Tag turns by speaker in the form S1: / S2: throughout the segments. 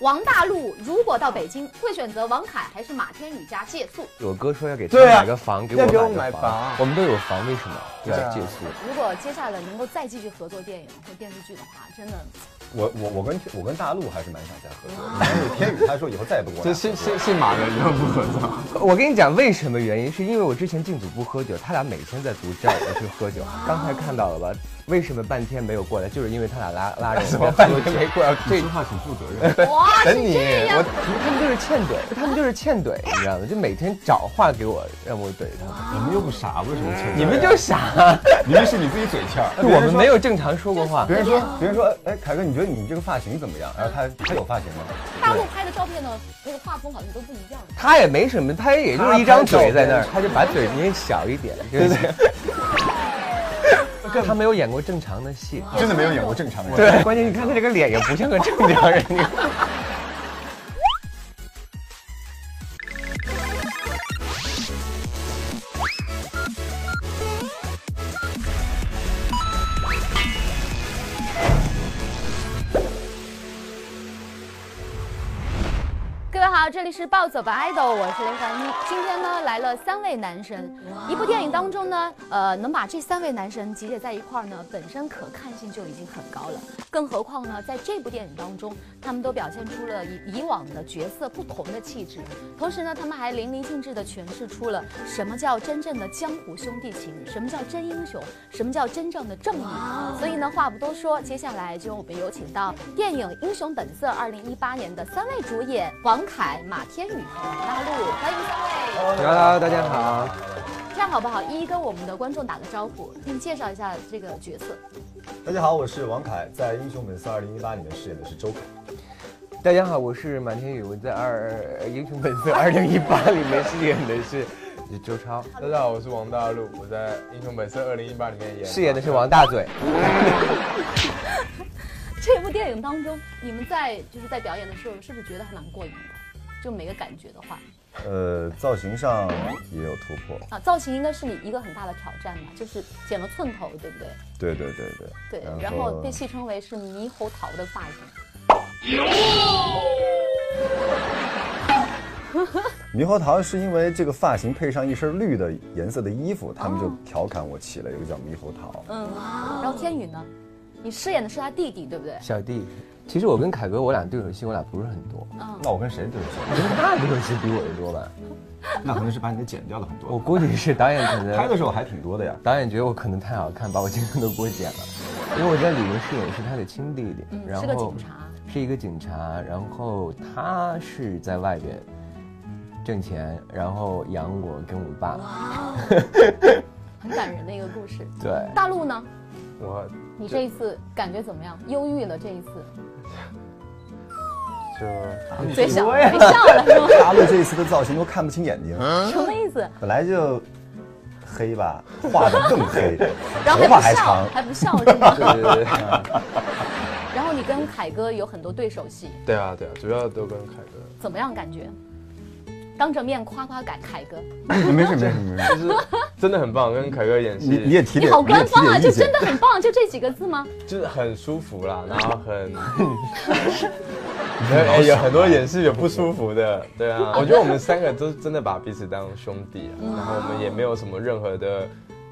S1: 王大陆如果到北京，会选择王凯还是马天宇家借宿？
S2: 我哥说要给他
S3: 对啊
S2: 买个房，给
S3: 要给我
S2: 我
S3: 买
S2: 买个
S3: 房
S2: 房，我们都有房，为什么要
S3: 对啊
S2: 借宿？
S1: 如果接下来能够再继续合作电影或电视剧的话，真的
S4: 我我我跟我跟大陆还是蛮想再合作 的，但是天宇他说以后再也不跟我
S3: 这
S4: 俩
S3: 姓
S4: 合作
S3: 姓
S4: 了。
S3: 姓马的以后不合作。
S2: 我跟你讲，为什么原因？是因为我之前敬祖不喝酒，他俩每天在独占我去 喝酒。刚才看到了吧？为什么半天没有过来？就是因为他俩拉拉着 我
S4: 我
S2: 在
S4: 半
S2: 喝
S4: 天
S2: 酒。
S4: 没过 来，
S3: 这
S4: 这句话挺负责任。
S1: 哇，是
S4: 等你
S1: 这样
S2: 我他们就是欠怼，他们就是欠怼，你知道吗？就每天找话给我，让我怼他们。
S4: 你们又不傻，为什么欠？
S2: 你们就傻，
S4: 明明是你自己嘴欠。
S2: 就我们没有正常说过话。
S4: 别人说，别人说，哎，凯哥，你觉得你这个发型怎么样？然后他他有发型吗？
S1: 大陆拍的照片呢，那个画风好像都不一样。
S2: 他也没什么，他也就是一张嘴在那儿，他就把嘴捏小一点，对不对？ 他没有演过正常的戏，
S4: 真的没有演过正常人。，
S2: 对，关键你看他这个脸也不像个正常 人。你看
S1: 各位好，这里是暴走吧 idol，我是刘凡一。今天呢来了三位男神，一部电影当中呢，呃，能把这三位男神集结在一块儿呢，本身可看性就已经很高了，更何况呢，在这部电影当中，他们都表现出了以以往的角色不同的气质，同时呢，他们还淋漓尽致地诠释出了什么叫真正的江湖兄弟情，什么叫真英雄，什么叫真正的正义。所以呢，话不多说，接下来就我们有请到电影《英雄本色》二零一八年的三位主演王凯、马天宇和王大陆，欢迎三位。
S2: Hello，大家好。
S1: 这样好不好？一一跟我们的观众打个招呼，并介绍一下这个角色。
S4: 大家好，我是王凯，在《英雄本色2018》里面饰演的是周凯。
S2: 大家好，我是马天宇，我在二《英雄本色二零一八》里面饰演的是周超，
S3: 大家好，我是王大陆，我在《英雄本色二零一八》里面演
S2: 饰演的是王大嘴。
S1: 这部电影当中，你们在就是在表演的时候，是不是觉得还蛮过瘾的？就每个感觉的话，
S4: 呃，造型上也有突破。
S1: 啊，造型应该是你一个很大的挑战嘛，就是剪了寸头，对不对？
S4: 对对对对。
S1: 对，然后被戏称为是猕猴桃的发型。
S4: 猕猴桃是因为这个发型配上一身绿的颜色的衣服，他们就调侃我起了一个叫猕猴桃。
S1: 嗯，然后天宇呢，你饰演的是他弟弟，对不对？
S2: 小弟，其实我跟凯哥，我俩对手戏我俩不是很多，
S1: 嗯，
S4: 那我跟谁对不起？
S2: 你们大对手戏比我的多吧？
S4: 那可能是把你的剪掉了很
S2: 我
S4: 多。
S2: 估计是导演可能
S4: 拍的时候还挺多的呀。
S2: 导演觉得我可能太好看，把我经常都给我剪了，因为我在里面饰演是他的亲弟弟，
S1: 嗯
S2: 然后
S1: 是个警察，
S2: 是一个警察，然后他是在外边挣钱，然后养我跟我爸，
S1: 很感人的一个故事。
S2: 对，
S1: 大陆呢，
S3: 我
S1: 你这一次感觉怎么样？忧郁了这一次，
S3: 就
S1: 嘴小，没笑了是吗？
S4: 大陆这一次的造型都看不清眼睛，
S1: 什么意思？
S4: 本来就黑吧，画的更黑，
S1: 然后
S4: 头发
S1: 还
S4: 还
S1: 不笑还不笑
S4: 长，。
S1: 是吗？
S2: 对对对对。
S1: 然后你跟凯哥有很多对手戏，
S3: 对啊对啊，主要都跟凯哥，
S1: 怎么样感觉？当着面夸夸凯凯哥，
S4: 没事没事没事，
S3: 就是真的很棒，跟凯哥演戏，
S4: 你你也提
S1: 你
S4: 点，
S1: 好
S4: 你也
S1: 官
S4: 提
S1: 方啊，
S4: 点
S1: 就
S4: 意见
S1: 真。的很棒，就这几个字吗？
S3: 就是很舒服啦，然后很，有哎有很多演戏有不舒服的，对啊，我觉得我们三个都真的把彼此当兄弟啊，然后我们也没有什么任何的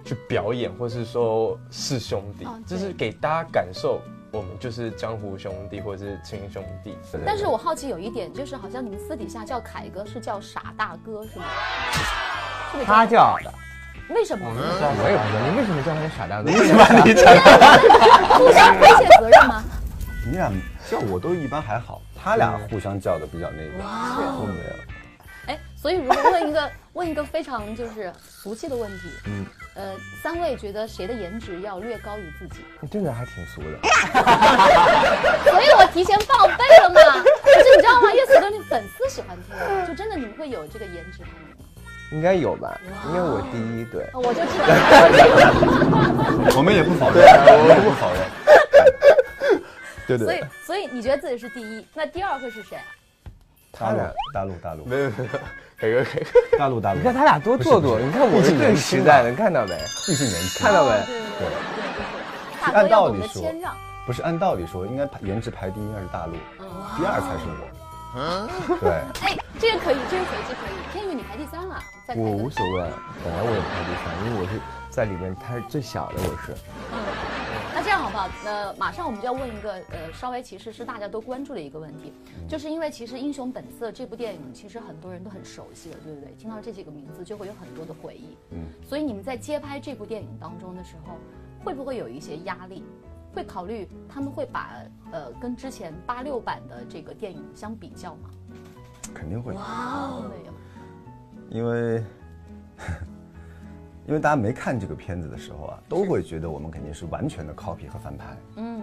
S3: 去表演，或是说是兄弟
S1: 哦，对
S3: 就是给大家感受我们就是江湖兄弟或者是亲兄弟。
S1: 但是我好奇有一点，就是好像你们私底下叫凯哥是叫傻大哥是吗？是不是这
S2: 他
S1: 样
S2: 叫的，
S1: 为什么？
S2: 我也不知道，你为什么叫他傻 大哥？
S1: 互相推卸责任 吗？
S4: 你俩叫我都一般还好，他俩互相叫的比较那个，都没有。
S1: 哎，所以如果问一个问一个非常就是俗气的问题，嗯，呃，三位觉得谁的颜值要略高于自己？
S2: 你这个还挺俗的。
S1: 所以我提前报备了嘛。可是你知道吗？越俗的那粉丝喜欢听，就真的你们会有这个颜值方面吗？
S2: 应该有吧？因为我第一对，
S1: 哦我就知道，
S4: 我们也不否认，啊我们也不否认。 对
S1: 所以，所以你觉得自己是第一，那第二会是谁啊？
S4: 大陆大陆大陆
S3: 没有没有，凯哥凯哥，
S4: 大陆大陆
S2: 你，看他俩多做作，
S4: 不是不是哦
S2: 你看我是最实在的，你看到没？
S4: 毕竟年轻
S2: 看。到没
S1: 哦？对对对对对，大
S4: 按
S1: 哥要
S4: 道
S1: 懂
S4: 理
S1: 得
S4: 说
S1: 谦让。
S4: 哦不是按道理说，应该排颜值排第一应该是大陆，第二才是我。啊对，
S1: 哎，这个可以，这个可以，这个可以。天宇，你排第三了，再排
S2: 我
S1: 一个
S2: 无所谓，本来我也不排第三，因为我是在里面他是最小的，我是。
S1: 嗯那这样好不好？呃，马上我们就要问一个呃，稍微其实是大家都关注的一个问题，就是因为其实《英雄本色》这部电影，其实很多人都很熟悉了，对不对？听到这几个名字就会有很多的回忆。嗯，所以你们在接拍这部电影当中的时候，会不会有一些压力？会考虑他们会把呃跟之前八六版的这个电影相比较吗？
S4: 肯定会，
S1: 哦，
S4: 因为 因为大家没看这个片子的时候啊，都会觉得我们肯定是完全的 copy 和翻拍。
S1: 嗯，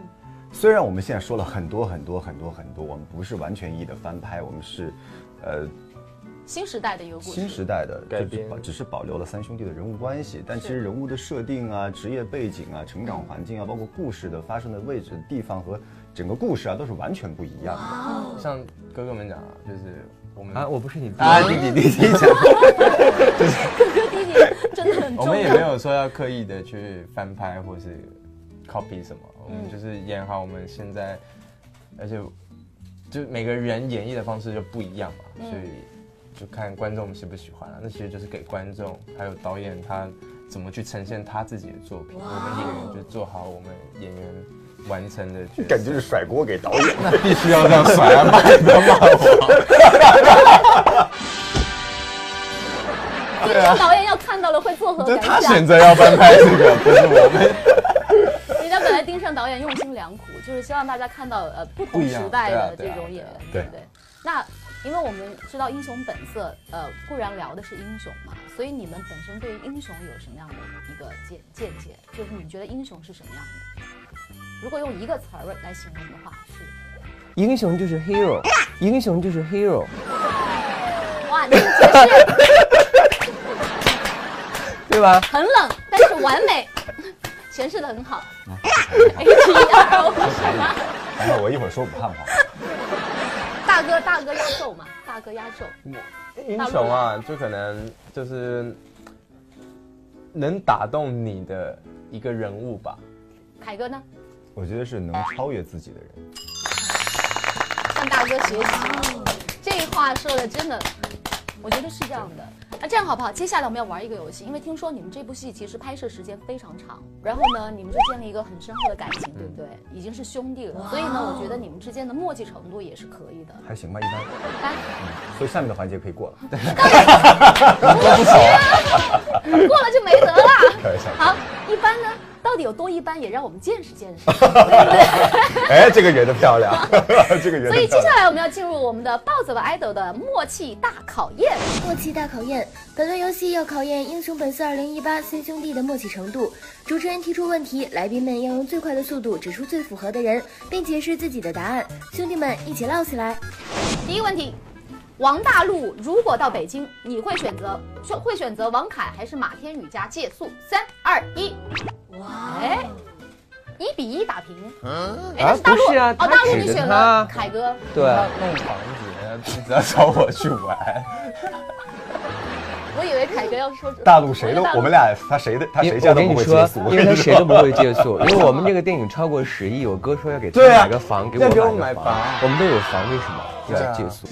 S4: 虽然我们现在说了很多很多很多很多，我们不是完全意义的翻拍，我们是，呃，
S1: 新时代的一个故事。
S4: 新时代的就
S3: 改
S4: 是
S3: 编
S4: 保只是保留了三兄弟的人物关系，但其实人物的设定啊、职业背景啊、成长环境啊，包括故事的发生的位置、地方和整个故事啊，都是完全不一样的。
S1: 啊
S3: 像哥哥们讲啊，就是我们
S2: 啊，我不是你弟。
S4: 啊，你你你你讲，
S1: 弟弟真的很 重
S3: 我
S1: 要。
S3: 们也没有说要刻意的去翻拍或是 copy 什么，我们就是演好我们现在，而且就每个人演绎的方式就不一样嘛，所以就看观众喜不喜欢了、啊那其实就是给观众还有导演他怎么去呈现他自己的作品，我们演员就做好我们演员完成的角色。
S4: 感觉 是甩锅给导演。
S3: 那必须要这样甩 啊！骂你不要骂我。
S1: 今天啊导演要看到了会作何
S3: 就是
S1: 感
S3: 他
S1: 想
S3: 选？择要翻拍这个，不是我们。
S1: 人家本来盯上导演用心良苦，就是希望大家看到呃不
S3: 不
S1: 同
S3: 一样
S1: 时代的这
S3: 对啊
S1: 种
S3: 对啊
S1: 演员，
S4: 对啊
S1: 不对？那因为我们知道《英雄本色》，呃，固然聊的是英雄嘛，所以你们本身对于英雄有什么样的一个见见解？就是你觉得英雄是什么样的？如果用一个词儿来形容的话，是
S2: 英雄就是 hero，英雄就是 hero。
S1: 哇，你解释
S2: 对吧？
S1: 很冷，但是完美， 诠释的很好。H E R O 什么？
S4: 然哎后我一会儿说武汉话。
S1: 哦 大哥，大哥压轴嘛，大哥压轴。
S3: 英雄啊，就可能就是能打动你的一个人物吧。
S1: 凯哥呢？
S4: 我觉得是能超越自己的人。
S1: 向大哥学习。这话说的真的，我觉得是这样的。那这样好不好？接下来我们要玩一个游戏，因为听说你们这部戏其实拍摄时间非常长，然后呢，你们就建立一个很深厚的感情，对不对？已经是兄弟了，所以呢，我觉得你们之间的默契程度也是可以的。哎
S4: 还行吧，一般。
S1: 来，
S4: 所以下面的环节可以过了。
S1: 过了就没得了。
S4: 开玩笑。
S1: 好，一般呢，到底有多一般，也让我们见识见 识。
S4: 哎，这个圆的漂亮， 这个圆
S1: 所
S4: 的
S1: 以
S4: 漂
S1: 接
S4: 亮。
S1: 下来我们要进入我们的暴走吧 idol 的默契大考验。
S5: 默契大考验，本轮游戏要考验《英雄本色2018》三兄弟的默契程度。主持人提出问题，来宾们要用最快的速度指出最符合的人，并解释自己的答案。兄弟们一起唠起来！
S1: 第一个问题，王大陆如果到北京，你会选择选会选择王凯还是马天宇家借宿？三二一，哇，哎，一比一打平。哎，但是大陆
S2: 啊不是啊
S1: 哦，
S2: 他
S1: 大陆
S2: 指
S1: 你
S2: 着
S1: 选
S2: 他
S1: 了凯哥，
S2: 对，
S3: 弄房子，你只要找我去玩，
S1: 我以为凯哥要说
S4: 大陆谁都
S1: 我觉得大，陆
S4: 我们俩他谁的他
S2: 因
S4: 啊谁
S2: 为
S4: 家
S2: 我
S4: 都
S2: 跟
S4: 不
S2: 你
S4: 会
S2: 说
S4: 接俗，，
S2: 因为他谁都不会借宿，因为我们这个电影超过十亿，我哥说要给他
S3: 对啊
S2: 买个房，给
S3: 要给我
S2: 我
S3: 买
S2: 买个
S3: 房
S2: 我们都有房，为什么
S3: 对啊
S2: 要借宿？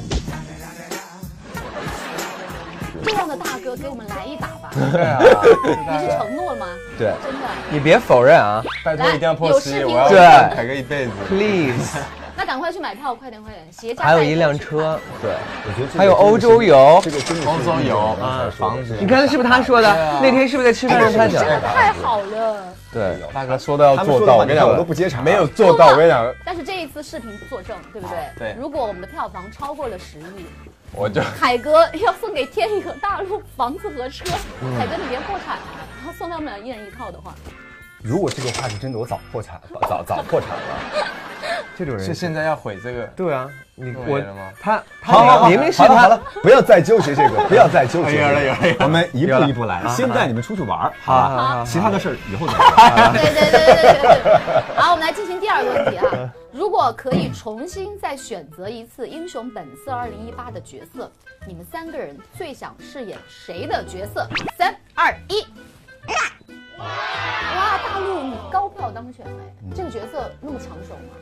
S1: 这样的大哥给我们来一打 吧。
S3: 对啊，
S1: 你是承诺了吗？
S2: 对，
S1: 真的。
S2: 你别否认啊
S3: 拜托一定要破十亿，我要
S2: 对
S3: 凯哥一辈子。
S2: ，please。
S1: 那赶快去买票，快点快点，携家
S2: 还有
S1: 带口
S2: 一辆
S1: 去
S2: 车，对，
S4: 我觉得这个
S2: 还有欧洲游
S4: 这。个真的是
S3: 欧洲游
S4: 我刚才
S3: 啊，
S4: 说的
S3: 房子。
S2: 你看是不是他说的？那天是不是在吃饭上他
S1: 看，
S2: 讲
S1: 真的
S2: 的？
S1: 太好了。
S2: 对，
S3: 大哥说到要
S4: 他们说的
S3: 做到，
S4: 话
S3: 我跟你讲，
S4: 我都不接茬
S3: 没有做到，我跟你讲，
S1: 但是这一次视频作证，对不对？
S3: 对
S1: 如果我们的票房超过了十亿，
S3: 我就
S1: 凯哥要送给天宇和大陆房子和车，
S3: 嗯
S1: 凯哥你别破产了，然后送他们俩一人一套 的话，
S4: 如果这个话是真的，我早破产，早 早破产了。
S2: 这种
S3: 是
S2: 人，
S3: 现在要毁这个。
S2: 对啊，你
S3: 这么
S2: 我
S3: 严了吗
S2: 他
S4: 好好
S2: 他
S4: 好
S2: 明明是
S4: 好了哎
S2: 他，
S4: 好了，不要再纠结这 个，不要再纠结这个。
S3: 有了有了有了
S4: 我们一步
S2: 有了
S4: 一步来，
S2: 啊
S4: 先带你们出去玩儿，好
S2: 好好
S4: 吧？
S2: 好
S4: 其他的事儿以后再 说。
S1: 对对对对对对对。好，我们来进行第二个问题啊，如果可以重新再选择一次《英雄本色2018》的角色，你们三个人最想饰演谁的角色？三二一。哇，大陆你高票当选哎，这个角色那么抢手吗？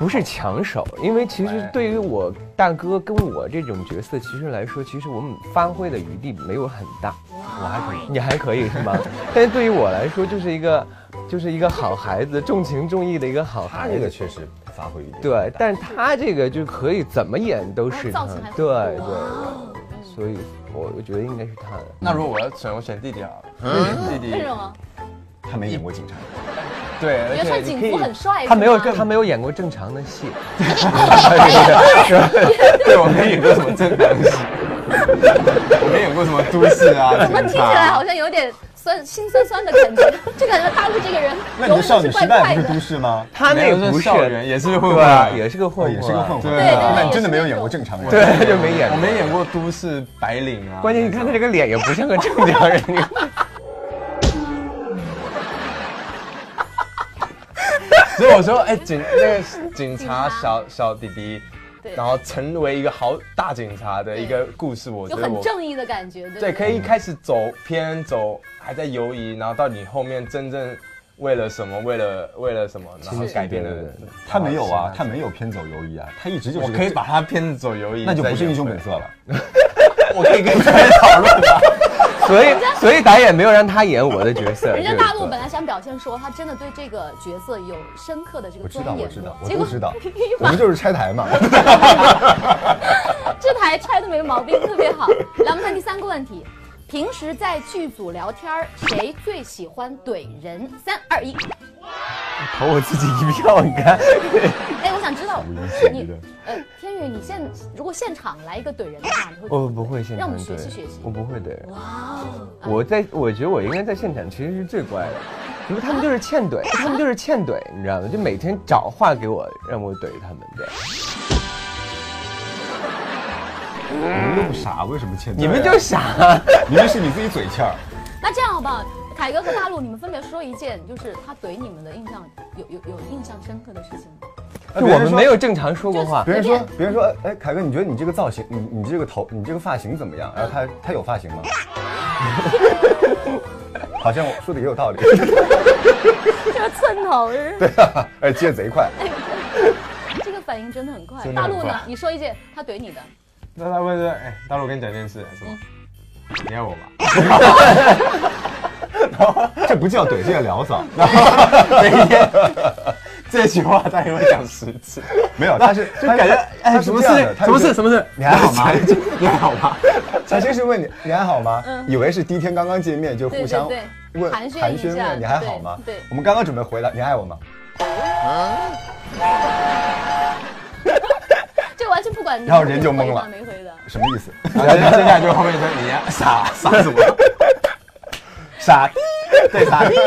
S2: 不是抢手，因为其实
S3: 哎
S2: 对于我大哥跟我这种角色，其实来说，其实我们发挥的余地没有很大。
S3: 我还可以。
S2: 你还可以是吗？ 但是对于我来说，就是一个，就是一个好孩子，重情重义的一个好
S4: 他
S2: 孩
S4: 啊这
S2: 子。
S4: 个确实发挥一点。
S2: 对，但是他这个就可以怎么演都是
S1: 造
S2: 他
S1: 型还，
S2: 对对对，所以我我觉得应该是他。
S3: 那如果我要选，我选弟弟好
S1: 嗯
S3: 了。弟弟
S1: 为什么？
S4: 他没演过警察，
S3: 对，
S1: 你觉得
S3: 而且
S1: 穿
S3: 你
S1: 警
S3: 可以
S1: 服很帅，
S2: 他没有
S1: 是吗
S2: 他没有演过正常的戏，
S3: 对，我没演过什么正当戏，我没演过什么都市啊，
S1: 怎么听起来好像有点酸心酸酸的感 觉？就感觉大陆这个人
S4: 那你
S1: 永
S4: 的
S1: 远
S4: 少
S1: 都
S4: 女
S1: 是怪
S4: 时代
S1: 怪
S4: 不是都
S1: 的。
S4: 市吗？
S2: 他那个
S3: 没有
S2: 不
S3: 是
S2: 是
S3: 校园，也是混混啊，
S2: 对，也是个混
S4: 哦，
S2: 混，
S4: 也是个混混。
S3: 对啊
S4: 那
S1: 也
S4: 你
S1: 是
S4: 真的没有
S1: 那
S4: 演过
S1: 种
S4: 正常人。
S2: 对， 他就没演
S3: 我
S2: 过。
S3: 没演过都市白领啊。
S2: 关键你看他这个脸也不像个正常人，你看
S3: 所以我说，哎、警那个警察小小弟弟
S1: 对，
S3: 然后成为一个好大警察的一个故事，我觉
S1: 有
S3: 得我
S1: 很正义的感觉，对
S3: 对，
S1: 不
S3: 可以一开始走偏走，还在犹疑，然后到你后面真正为了什么，为了为了什么，然后
S1: 是
S3: 改变了
S2: 对对对。
S4: 他没有啊，他没有偏走游移啊，他一直就是
S3: 我
S4: 个
S3: 可以把他偏走犹疑，
S4: 那就不
S3: 再
S4: 是
S3: 演
S4: 英雄
S3: 回
S4: 本色了。
S3: 我可以跟你们讨论吧。
S2: 所以所以导演没有让他演我的角色。
S1: 人家
S2: 对
S1: 大陆
S2: 对
S1: 本来想表现说他真的对这个角色有深刻的这个
S4: 我知
S1: 钻
S4: 道，
S1: 研，
S4: 我知道，我
S1: 结
S4: 都
S1: 果
S4: 知道，我们就是拆台嘛。
S1: 这台拆的没毛病，特别好。 来，我们看第三个问题：平时在剧组聊天儿，谁最喜欢怼人？三二一，
S2: 投我自己一票，你看。
S1: 哎，我想知道
S4: 无言以
S1: 你
S4: 对，
S1: 呃，天宇，你现如果现场来一个怼人的话，你
S4: 哦
S1: 会
S2: 我不会现场怼，
S1: 让我们学习学习哦
S2: 我不会怼人。哇，我在我觉得我应该在现场其实是最乖的，因为他们就是欠
S1: 啊
S2: 怼，他们就是欠怼，你知道吗？就每天找话给我，让我怼他们。对，
S4: 你们又不傻，为什么欠？
S2: 你们
S3: 啊
S2: 就傻。
S4: 明明是你自己嘴欠 儿。
S1: 那这样好不好？凯哥和大陆，你们分别说一件，就是他怼你们的印象有有有印象深刻的事情吗？
S4: 哎
S2: 就
S4: 别人
S2: 我们
S4: 说
S2: 没有正常说过话
S4: 别。人说，别人说，哎哎，凯哥，你觉得你这个造型，你你这个头，你这个发型怎么样？然后他他有发型吗？ 好像我说的也有道理。
S1: 就是寸头，
S4: 对啊，哎，接贼快。
S1: 这个反应真的很快。
S3: 真的
S1: 大
S3: 很
S1: 陆呢
S3: 快？
S1: 你说一件他怼你的，
S3: 那他会说，哎、大陆我跟你讲件事，什么？
S1: 嗯
S3: 你爱我吗？
S4: 这不叫怼，这叫聊 骚。
S3: 每天这句话大概会讲十 次，
S4: 没有，他是
S3: 就感觉哎，什么事？什么事？什
S4: 么？哎
S3: 么事？
S4: 你还好吗？
S3: 你还好吗？
S4: 他先是问 你你还好吗？
S1: 嗯
S4: 以为是第一天刚刚见面就互相
S1: 对对对
S4: 问
S1: 寒暄一下
S4: 问你还好吗？
S1: 对对
S4: 我们刚刚准备回答你爱我吗？
S3: 嗯
S1: 这完全不管你
S4: 然后人就懵了
S1: 回答没回答。
S4: 什么 意思？
S3: 然后接下来就后面说你呀傻 傻什么？
S4: 傻逼，对傻逼。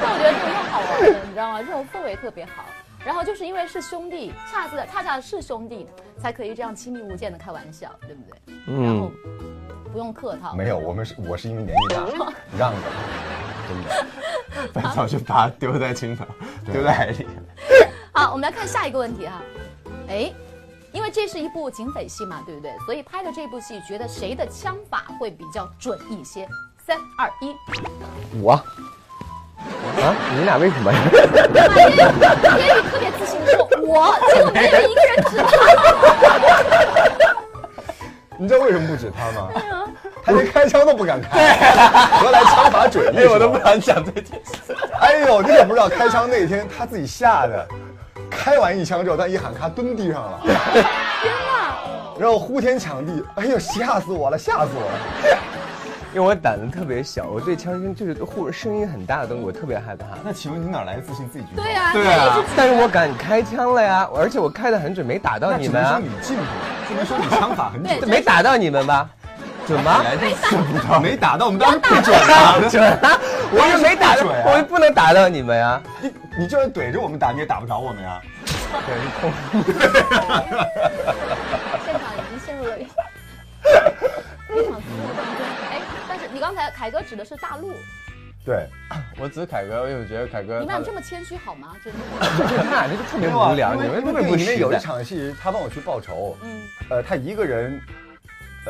S1: 但我觉得这种太好啊玩了，你知道吗？这种氛围特别好。然后就是因为是兄弟，恰似恰恰是兄弟，才可以这样亲密无间的开玩笑，对不对？然后
S2: 嗯，
S1: 不用客套。
S4: 没有，我们是我是因为年纪
S1: 嗯
S4: 大，让着，真 的。
S3: 反正我就把它丢在青岛，丢在海里。
S1: 好，我们来看下一个问题啊。哎，因为这是一部警匪戏嘛，对不对？所以拍的这部戏，觉得谁的枪法会比较准一些？三二一，
S2: 我啊，你俩为什么？
S1: 天宇特别自信的说：“我，结果没有一个人知道。
S4: 你知道为什么不止他吗？他连开枪都不敢开，何来枪法准？因为哎我都不敢讲这件事。哎呦，你可不知道，开枪那天他自己吓得，开完一枪之后，他一喊咔蹲地上了，天哪！然后呼天抢地，哎呦，吓死我了，吓死我了！
S2: 因为我胆子特别小，我对枪声就是或者声音很大的东西我特别害怕。
S4: 那请问你哪来的自信自己”举报
S1: 对啊，
S3: 对啊
S1: 他一直
S2: 但是我敢开枪了呀，而且我开的很准，没打到
S4: 那
S2: 你
S4: 只
S2: 们
S4: 能说
S2: 啊
S4: 你，进步，只能说你枪法很
S1: 对
S4: 准，
S2: 没打到你们吧？准吗？
S4: 哎没打到我们当然不准了。
S2: 准啊！我也没打到，
S4: 准啊
S2: 我也不能打到你们啊呀、
S4: 你你就算怼着我们打，你也打不着我们呀。
S1: 现场已经陷入了一非常自当中。哎，但是你刚才凯哥指的是大陆，
S4: 对，
S3: 我只是凯哥，因为我觉得凯哥
S1: 你们
S3: 他
S1: 俩这
S3: 的
S1: 么谦虚好吗？真的，
S2: 就是他俩这个 特别
S4: 没有啊
S2: 无聊，
S4: 因
S2: 你们
S4: 为因为
S2: 特别不
S4: 电影里面有一
S2: 实在。
S4: 场戏，他帮我去报仇，
S1: 嗯，
S4: 呃，他一个人，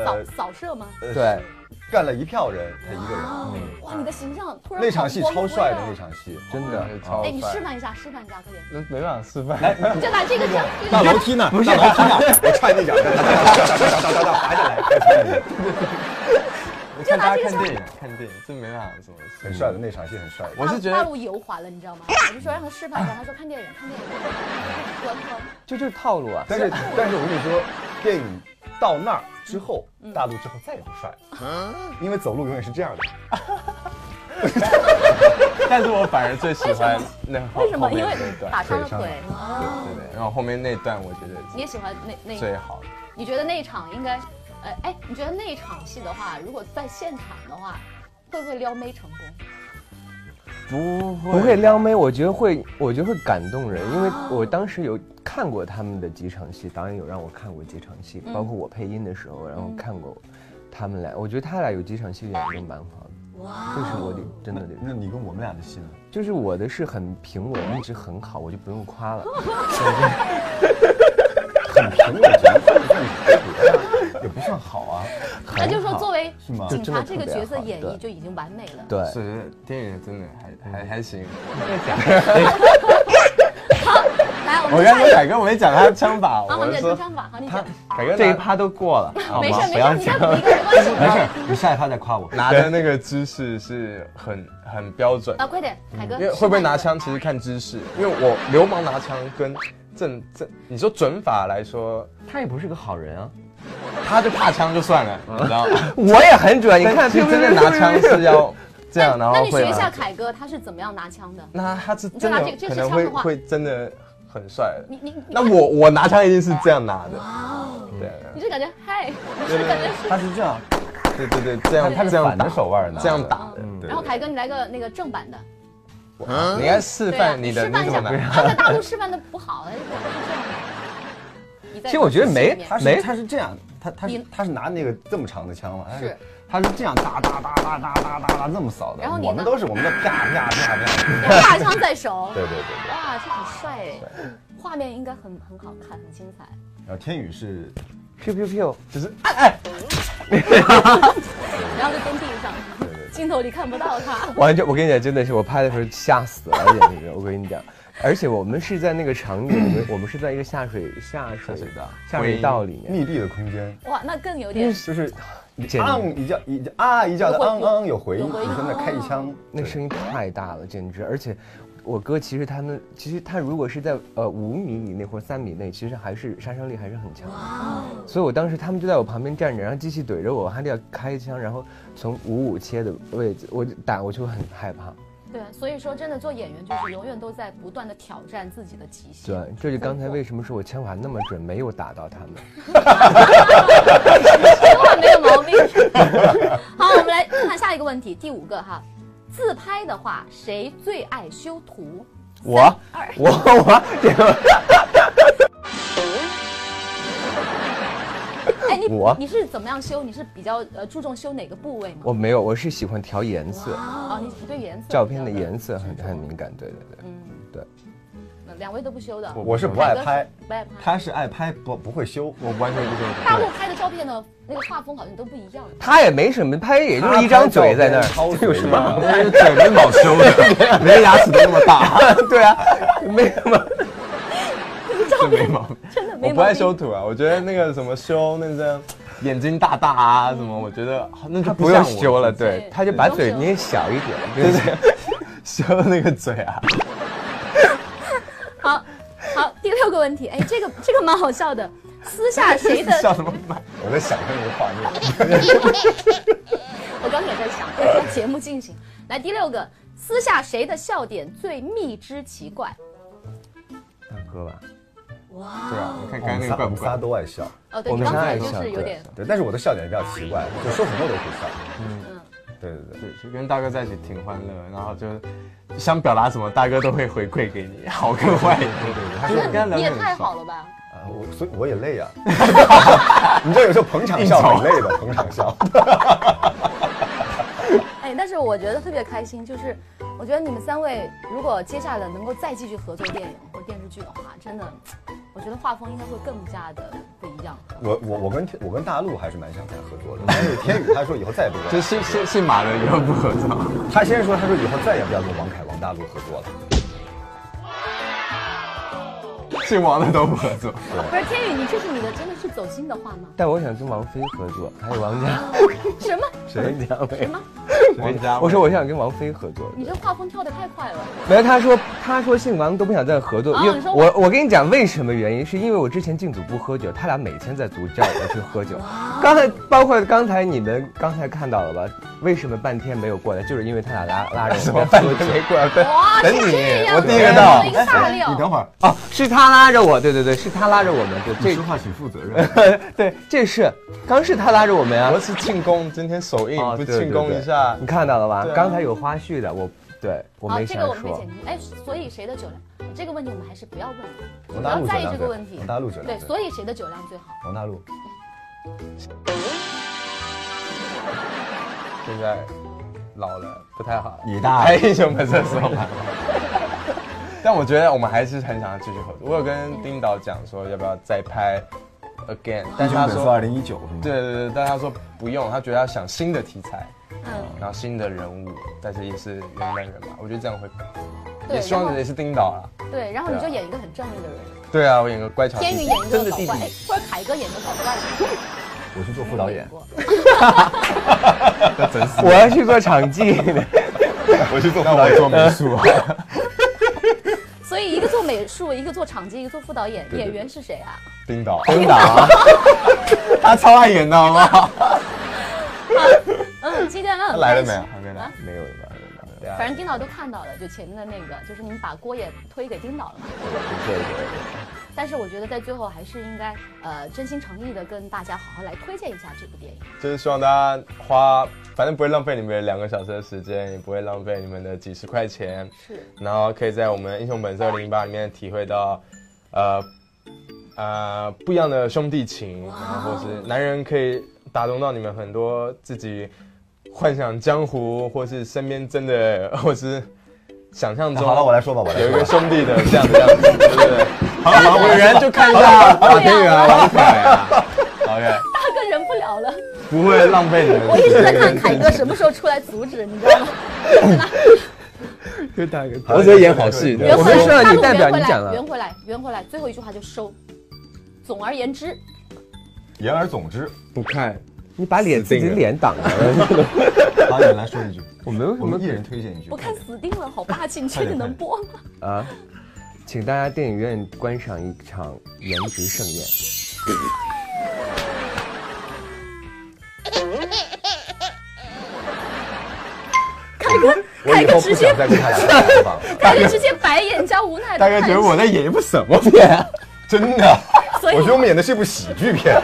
S1: 扫
S4: 呃
S1: 扫射吗？
S2: 对，
S4: 干了一票人，他一个人。嗯
S1: 哇，你的形象啊突然
S4: 那场戏
S1: 好光
S4: 超帅的
S1: 辉啊
S4: 那。场戏，
S2: 真的
S3: 嗯超
S1: 哎，你
S3: 帅
S1: 示范一下，示范一下，快点，
S3: 那没办法 示范。
S1: 就拿这个这这
S4: 大
S1: 个。
S4: 楼梯那儿，大楼梯那儿，我踹那脚，哒哒哒哒哒哒爬下来，我踹你
S1: 就
S3: 看
S1: 拿
S3: 大
S1: 这个
S3: 家看
S1: 照
S3: 电影，看电影这没办法什么事。
S4: 很帅的那场戏很帅。
S3: 我是觉
S1: 大
S3: 得
S1: 陆油滑了，你知道吗？我就说让他示范一下，他说看电影，看电影。 我
S3: 哦
S1: 操！
S2: 这就是套路啊。
S4: 但是但是我跟你说，电影到那儿之后，
S1: 嗯
S4: 大陆之后再也不帅了，因为走路永远是这样的。
S3: 但是我反而最喜欢那后
S1: 为什
S3: 后
S1: 么？因
S3: 面
S1: 为
S3: 那段，
S1: 打伤了
S4: 腿伤了
S1: 腿。
S3: 对对。然后后面那段我觉得
S1: 嗯你也喜欢那那
S3: 最好的，
S1: 你觉得那一场应该，呃，哎，你觉得那一场戏的话，如果在现场的话，会不会撩妹成功？
S3: 不会啊
S2: 不会撩妹，我觉得会，我觉得会感动人，因为我当时有看过他们的几场戏，导演有让我看过几场戏，
S3: 嗯
S2: 包括我配音的时候，然后看过他们俩，我觉得他俩有几场戏演的蛮好的，
S3: 哦
S2: 这是我得真的得，
S4: 那你跟我们俩的戏呢？
S2: 就是我的是很平稳，一直很好，我就不用夸 了。
S4: 很平稳，也不算好啊。
S1: 那就是说，作为
S4: 是吗
S1: 警察这
S2: 就真
S1: 个
S2: 的特
S1: 角
S2: 别好
S1: 色演绎
S2: 对
S1: 就已经完美了。
S2: 对，
S3: 是是电影真的还还还行。
S1: 嗯来，我
S3: 我
S1: 们啊
S3: 刚
S1: 下
S3: 才
S1: 一个，
S3: 凯哥我没讲他枪法，
S1: 好，我
S3: 我
S1: 们讲
S3: 是说
S1: 成枪法，好，你讲，
S3: 凯哥
S2: 这一
S3: 拿
S2: 趴都过了，好
S1: 啊没
S2: 吗
S1: 事？
S2: 不
S1: 没
S2: 要
S1: 事，你再
S2: 讲。
S1: 补一个没关系。
S4: 没事，你下一趴再夸我。
S3: 拿的那个姿势是很很标准
S1: 啊，，快点，凯哥，
S3: 因为会不会
S1: 示范
S3: 拿
S1: 一个哎
S3: 枪其实看姿势，因为我流氓拿枪跟正正，你说准法来说，
S2: 他也不是个好人啊，
S3: 他就怕枪就算了，
S1: 嗯
S3: 你知道 吗？
S2: 我也很准，你
S3: 但
S2: 看，
S3: 是真的拿枪是要这样，
S1: 那
S3: 然后
S1: 你
S3: 会
S1: 学一下
S3: 拿，
S1: 凯哥，他是怎么样拿枪的？
S3: 那他是
S1: 你
S3: 真
S1: 就拿这个这个
S3: 的可
S1: 是
S3: 能
S1: 枪
S3: 会
S1: 的话
S3: 会真的很帅的。
S1: 你哦你你
S3: 那我我拿枪一定是这样拿的，对，
S1: 你是感觉嗨，你
S3: 对
S1: 是
S3: 对
S1: 感觉
S3: 对，
S1: 是。
S3: 他是这样，对对对，这样
S4: 他是
S3: 这样
S4: 反
S3: 打
S4: 着手腕拿的
S3: 这样打的，
S1: 然后凯哥，你来个那个正版的，
S3: 你应该示
S1: 对啊，
S3: 范你的
S1: 示
S3: 那
S1: 范一下。
S3: 种 拿。
S1: 他在大陆示范的不好，他就这样。你在
S2: 其实我觉得没
S1: 戏里面
S4: 他
S2: 没
S4: 是他是这样，他他
S1: 你
S4: 是他是拿那个这么长的枪嘛，他
S1: 是
S4: 是他是这样哒哒哒哒哒哒哒哒这么扫的
S1: 然后，你
S4: 我们
S1: 呢
S4: 都是我们的啪啪啪啪。
S1: 大枪在 手，
S4: 对对对对。
S1: 哇，这很帅哎，画面应该很很好看，很精彩。
S4: 然后天宇是
S2: pew pew pew，
S3: 就是哎哎，
S1: 然后就蹲地上，镜头里看不到他。
S2: 完全，我跟你讲，真的是我拍的时候吓死了，简直！我跟你讲，而且我们是在那个场景，我们我们是在一个下水下水
S3: 水道
S2: 下水道里面，
S4: 密闭的空间，
S1: 哇，那更有点
S2: 就是简
S4: 啊
S2: 直
S4: 一叫一叫啊一叫的
S1: 有回
S4: 昂昂有回音，
S1: 有回
S4: 你
S1: 音
S4: 在那开一枪，
S2: 那声音太大了，简直！而且我哥其实他们其实他如果是在呃五米以内或者三米内，其实还是杀伤力还是很强的。所以我当时他们就在我旁边站着，然后机器怼着我，还得要开枪，然后从五五切的位置，我就打我就很害怕。
S1: 对，啊所以说真的做演员就是永远都在不断的挑战自己的极限。
S2: 对，这就刚才为什么说我枪法那么准，没有打到他们。
S1: 千万没有毛病。好，我们来看下一个问题，第五个哈，自拍的话，谁最爱修图？
S2: 我我我这个
S1: 哎，你
S2: 我
S1: 你是怎么样修？你是比较呃注重修哪个部位吗？
S2: 我没有，我是喜欢调颜色，
S1: 啊，你对颜色
S2: 照片的
S1: 比较
S2: 颜色很很敏感。对对对，对
S1: 那两位都不修的，
S4: 我是不爱拍，
S1: 不爱拍。
S4: 他是爱拍不不会修，
S3: 我完全不知道。
S1: 大陆拍的照片呢，那个画风好像都不一样。
S2: 他也没什么拍，也就是一张嘴在那
S4: 他拍照
S2: 儿，
S4: 片
S2: 这有什 么？
S3: 那个嘴跟老修啊的，连牙齿都那么大，
S2: 对啊，没什么。
S3: 这没毛病。
S1: 真的
S3: 我
S1: 没毛病。
S3: 不爱修图啊，我觉得那个什么修那个眼睛大大啊
S1: 嗯
S3: 什么，我觉得那就
S2: 不
S3: 像
S2: 用
S3: 我
S2: 修了，
S1: 对
S2: 对，他就把
S1: 不用
S2: 嘴
S1: 修
S2: 捏小一点，
S3: 对
S2: 对
S3: 对，修那个嘴啊，
S1: 好，好，第六个问题，哎，这个这个蛮好笑的，私下谁 的？
S3: 笑什么满？
S4: 我在想象那个画面。
S1: 我刚也在想，在节目进行。来，第六个，私下谁的笑点最蜜之奇怪？
S2: 大哥吧，
S3: 对啊，你
S4: 我
S3: 看刚
S4: 们
S3: 刚那
S4: 仨
S3: 个怪
S4: 我
S3: 不
S4: 们仨
S3: 怪？
S4: 都爱笑，
S1: 哦，对
S2: 我
S1: 你
S2: 们
S1: 刚
S2: 是
S1: 才
S2: 爱
S1: 就
S2: 笑
S1: 是有
S2: 对
S1: 点，
S4: 对，但是我的笑点比较奇怪，就说什么我都可以笑。嗯，对对对。
S3: 对，就跟大哥在一起挺欢乐，然后就想表达什么，大哥都会回馈给你，好跟坏。对对对，他
S1: 那
S3: 跟他
S1: 嗯
S3: 聊
S1: 你也
S3: 得很
S1: 太好
S3: 爽。
S1: 了吧？
S4: 啊，我所以我也累啊。 你知道有时候捧场笑很累的，捧场笑。
S1: 哎，但是我觉得特别开心，就是我觉得你们三位如果接下来能够再继续合作电影或电视剧的话，真的，我觉得画风应该会更加的不一样。
S4: 我我我跟我跟大陆还是蛮想跟他合作的，但是天宇他说以后再也不
S3: 就
S4: 跟，
S3: 是是是马了以后不合照，
S4: 他先说他说以后再也不要跟王凯、王大陆合作了。
S3: 姓王的都不合作。
S1: 不是天宇，你这是你的真的是走心的话吗？
S2: 但我想跟王菲合作，还有王家
S1: 什么？
S2: 谁 家
S1: 什
S2: 卫。
S1: 么？
S3: 王家卫
S2: 我说我想跟王菲合作。
S1: 你这画风跳得太快了。
S2: 没有，他说他说姓王都不想再合作，
S1: 哦
S2: 因为
S1: 你说
S2: 我我跟你讲为什么原因，是因为我之前进组不喝酒，他俩每天在组叫我去喝酒。刚才包括刚才你们刚才看到了吧？为什么半天没有过来，就是因为他俩拉拉着我 在喝酒。
S3: 没过来，对
S1: 哇，
S3: 等
S1: 是
S3: 你
S1: 这样
S3: 我第一个
S1: 的
S3: 到
S4: 哎
S1: 一个大料。
S4: 你等会儿，
S2: 哦，是他拉着我，对对对，是他拉着我们，对
S4: 说话请负责任。
S2: 这对这是刚是他拉着我们啊呀
S3: 我。是庆功，今天首映
S2: 哦
S3: 哎不
S2: 对对
S3: 庆功
S2: 对
S3: 一下
S2: 你，看到了吧
S3: 对？啊
S2: 刚才有花絮的，我对我
S1: 好，
S2: 没
S1: 这个
S2: 想
S1: 我们会
S2: 说
S1: 剪。辑。哎，所以谁的酒量？这个问题我们还是不要问了，
S4: 王
S1: 不
S4: 大
S1: 要在意
S4: 陆酒量
S1: 这个问题
S4: 对，王。大陆酒量
S1: 对，所以谁的酒量最好？
S4: 王大陆
S3: 现在老了不太好。哎
S4: 你大
S3: 拍英雄本色说吧。 但我觉得我们还是很想要继续合作。我有跟丁导讲说要不要再拍 again，但
S4: 英
S3: 是
S4: 雄
S3: 他
S4: 本色
S2: 嗯
S3: 说
S4: 二零一九是吗？
S3: 对，对对，但他说不用，他觉得要想新的题材，
S1: 嗯，
S3: 然后新的人物，但是也是原班人马。我觉得这样会，
S1: 对
S3: 也希望
S1: 然后
S3: 也是丁导啦。
S1: 对，然后你就
S3: 对啊
S1: 演一个很正义的人，
S3: 对啊，我演个乖巧弟弟，
S1: 天宇演一
S3: 真
S1: 个
S3: 的
S1: 搞
S3: 弟
S1: 怪，哎
S3: 弟，
S1: 或者凯哥演一个搞怪的。
S4: 我去做副导演
S1: 没。过
S3: 真是。
S2: 我要去做场记的。
S4: 我去做副导演，做美术。
S1: 所以一个做美术，一个做场记，一个做副导演，
S4: 对
S1: 演员是谁啊？
S3: 丁导，
S2: 真 的啊，
S3: 他超爱演的好不好？
S1: 嗯，今天
S3: 他
S1: 嗯
S3: 来了没有？还没来
S1: 啊。
S4: 没有吧？
S3: 对啊
S1: 反正丁导都看到了，就前面的那个，就是你们把锅也推给丁导了嘛。
S4: 对对对。
S1: 但是我觉得在最后还是应该，呃，真心诚意的跟大家好好来推荐一下这部电影。
S3: 就是希望大家花，反正不会浪费你们两个小时的时间，也不会浪费你们的几十块钱，
S1: 是，
S3: 然后可以在我们《英雄本色零八》里面体会到，呃，呃不一样的兄弟情，然后或是男人可以打动到你们很多自己幻想江湖，或是身边真的，或是想象
S4: 那
S3: 中。
S4: 好了，我来说吧，我来
S3: 有一
S4: 说
S3: 个
S4: 吧。
S3: 兄弟的这样这样子，对不对？
S4: 好了，好了，我
S3: 有人就看一
S1: 哎
S3: 下王天宇啊，王凯啊，OK，
S1: 大哥忍不了了，
S3: 不会浪费你们的
S1: 我
S3: 时
S1: 一
S3: 间。
S1: 直在看凯哥什么时候出来阻止，你知道吗？
S2: 我觉得演好戏。
S1: 圆
S2: 我
S1: 回
S2: 没
S1: 来，大
S2: 说了，你
S1: 陆
S2: 代表
S1: 圆
S2: 你
S1: 回来，
S2: 讲了
S1: 圆。回来，圆回来，最后一句话就收。总而言之，
S4: 言而总之，
S3: 不看，
S2: 你把脸自己脸挡着了，
S4: 好，你来说一句，
S2: 我没有什
S4: 我们一
S2: 么
S4: 人推荐一句。
S1: 我看死定了，好霸气！你确
S4: 快
S1: 定
S4: 点
S1: 能播吗？
S2: 啊，请大家电影院观赏一场颜值盛宴。
S4: 我以后不想再跟他俩打交 道了，
S1: 凯哥直接白眼加无奈的
S3: 大
S1: 看
S3: 概
S1: 着。
S3: 觉得我在演一部什么片、
S4: 啊真的。
S1: 所以
S4: 我觉得我们演的是一部喜剧片，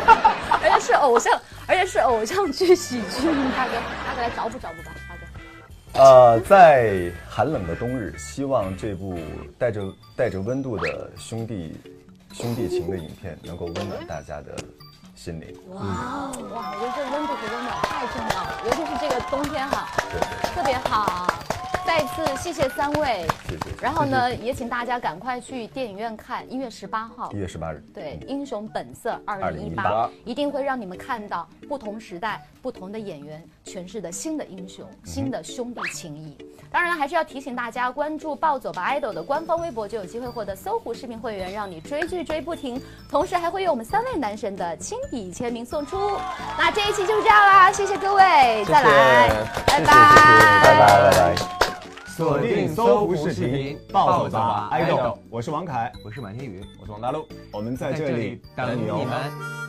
S1: 而且是偶像，而且是偶像剧喜剧。大哥，大哥来找补找补吧，大哥。
S4: 呃，在寒冷的冬日，希望这部带着带着温度的兄弟兄弟情的影片能够温暖大家的心灵。
S1: 哇，我觉得这温度和温暖太重要了，尤其是这个冬天哈，
S4: 对对，
S1: 特别好。再一次谢谢三位，
S4: 谢谢。
S1: 然后呢，也请大家赶快去电影院看一月十八号
S4: 一。月十八日，
S1: 对，《英雄本色》二零一八
S4: 2018
S1: 一定会让你们看到不同时代、不同的演员诠释的新的英雄、新的兄弟情谊。当然了，还是要提醒大家关注“暴走吧 idol” 的官方微博，就有机会获得搜狐视频会员，让你追剧追不停。同时还会有我们三位男神的亲笔签名送出。那这一期就是这样啦，谢谢各位，再来，拜拜，
S4: 拜拜拜拜。
S2: 锁定搜狐视频暴走吧 idol
S4: 我是王凯，
S2: 我是马天宇，
S3: 我是王大陆。
S4: 我们在
S2: 在这里等你们。哦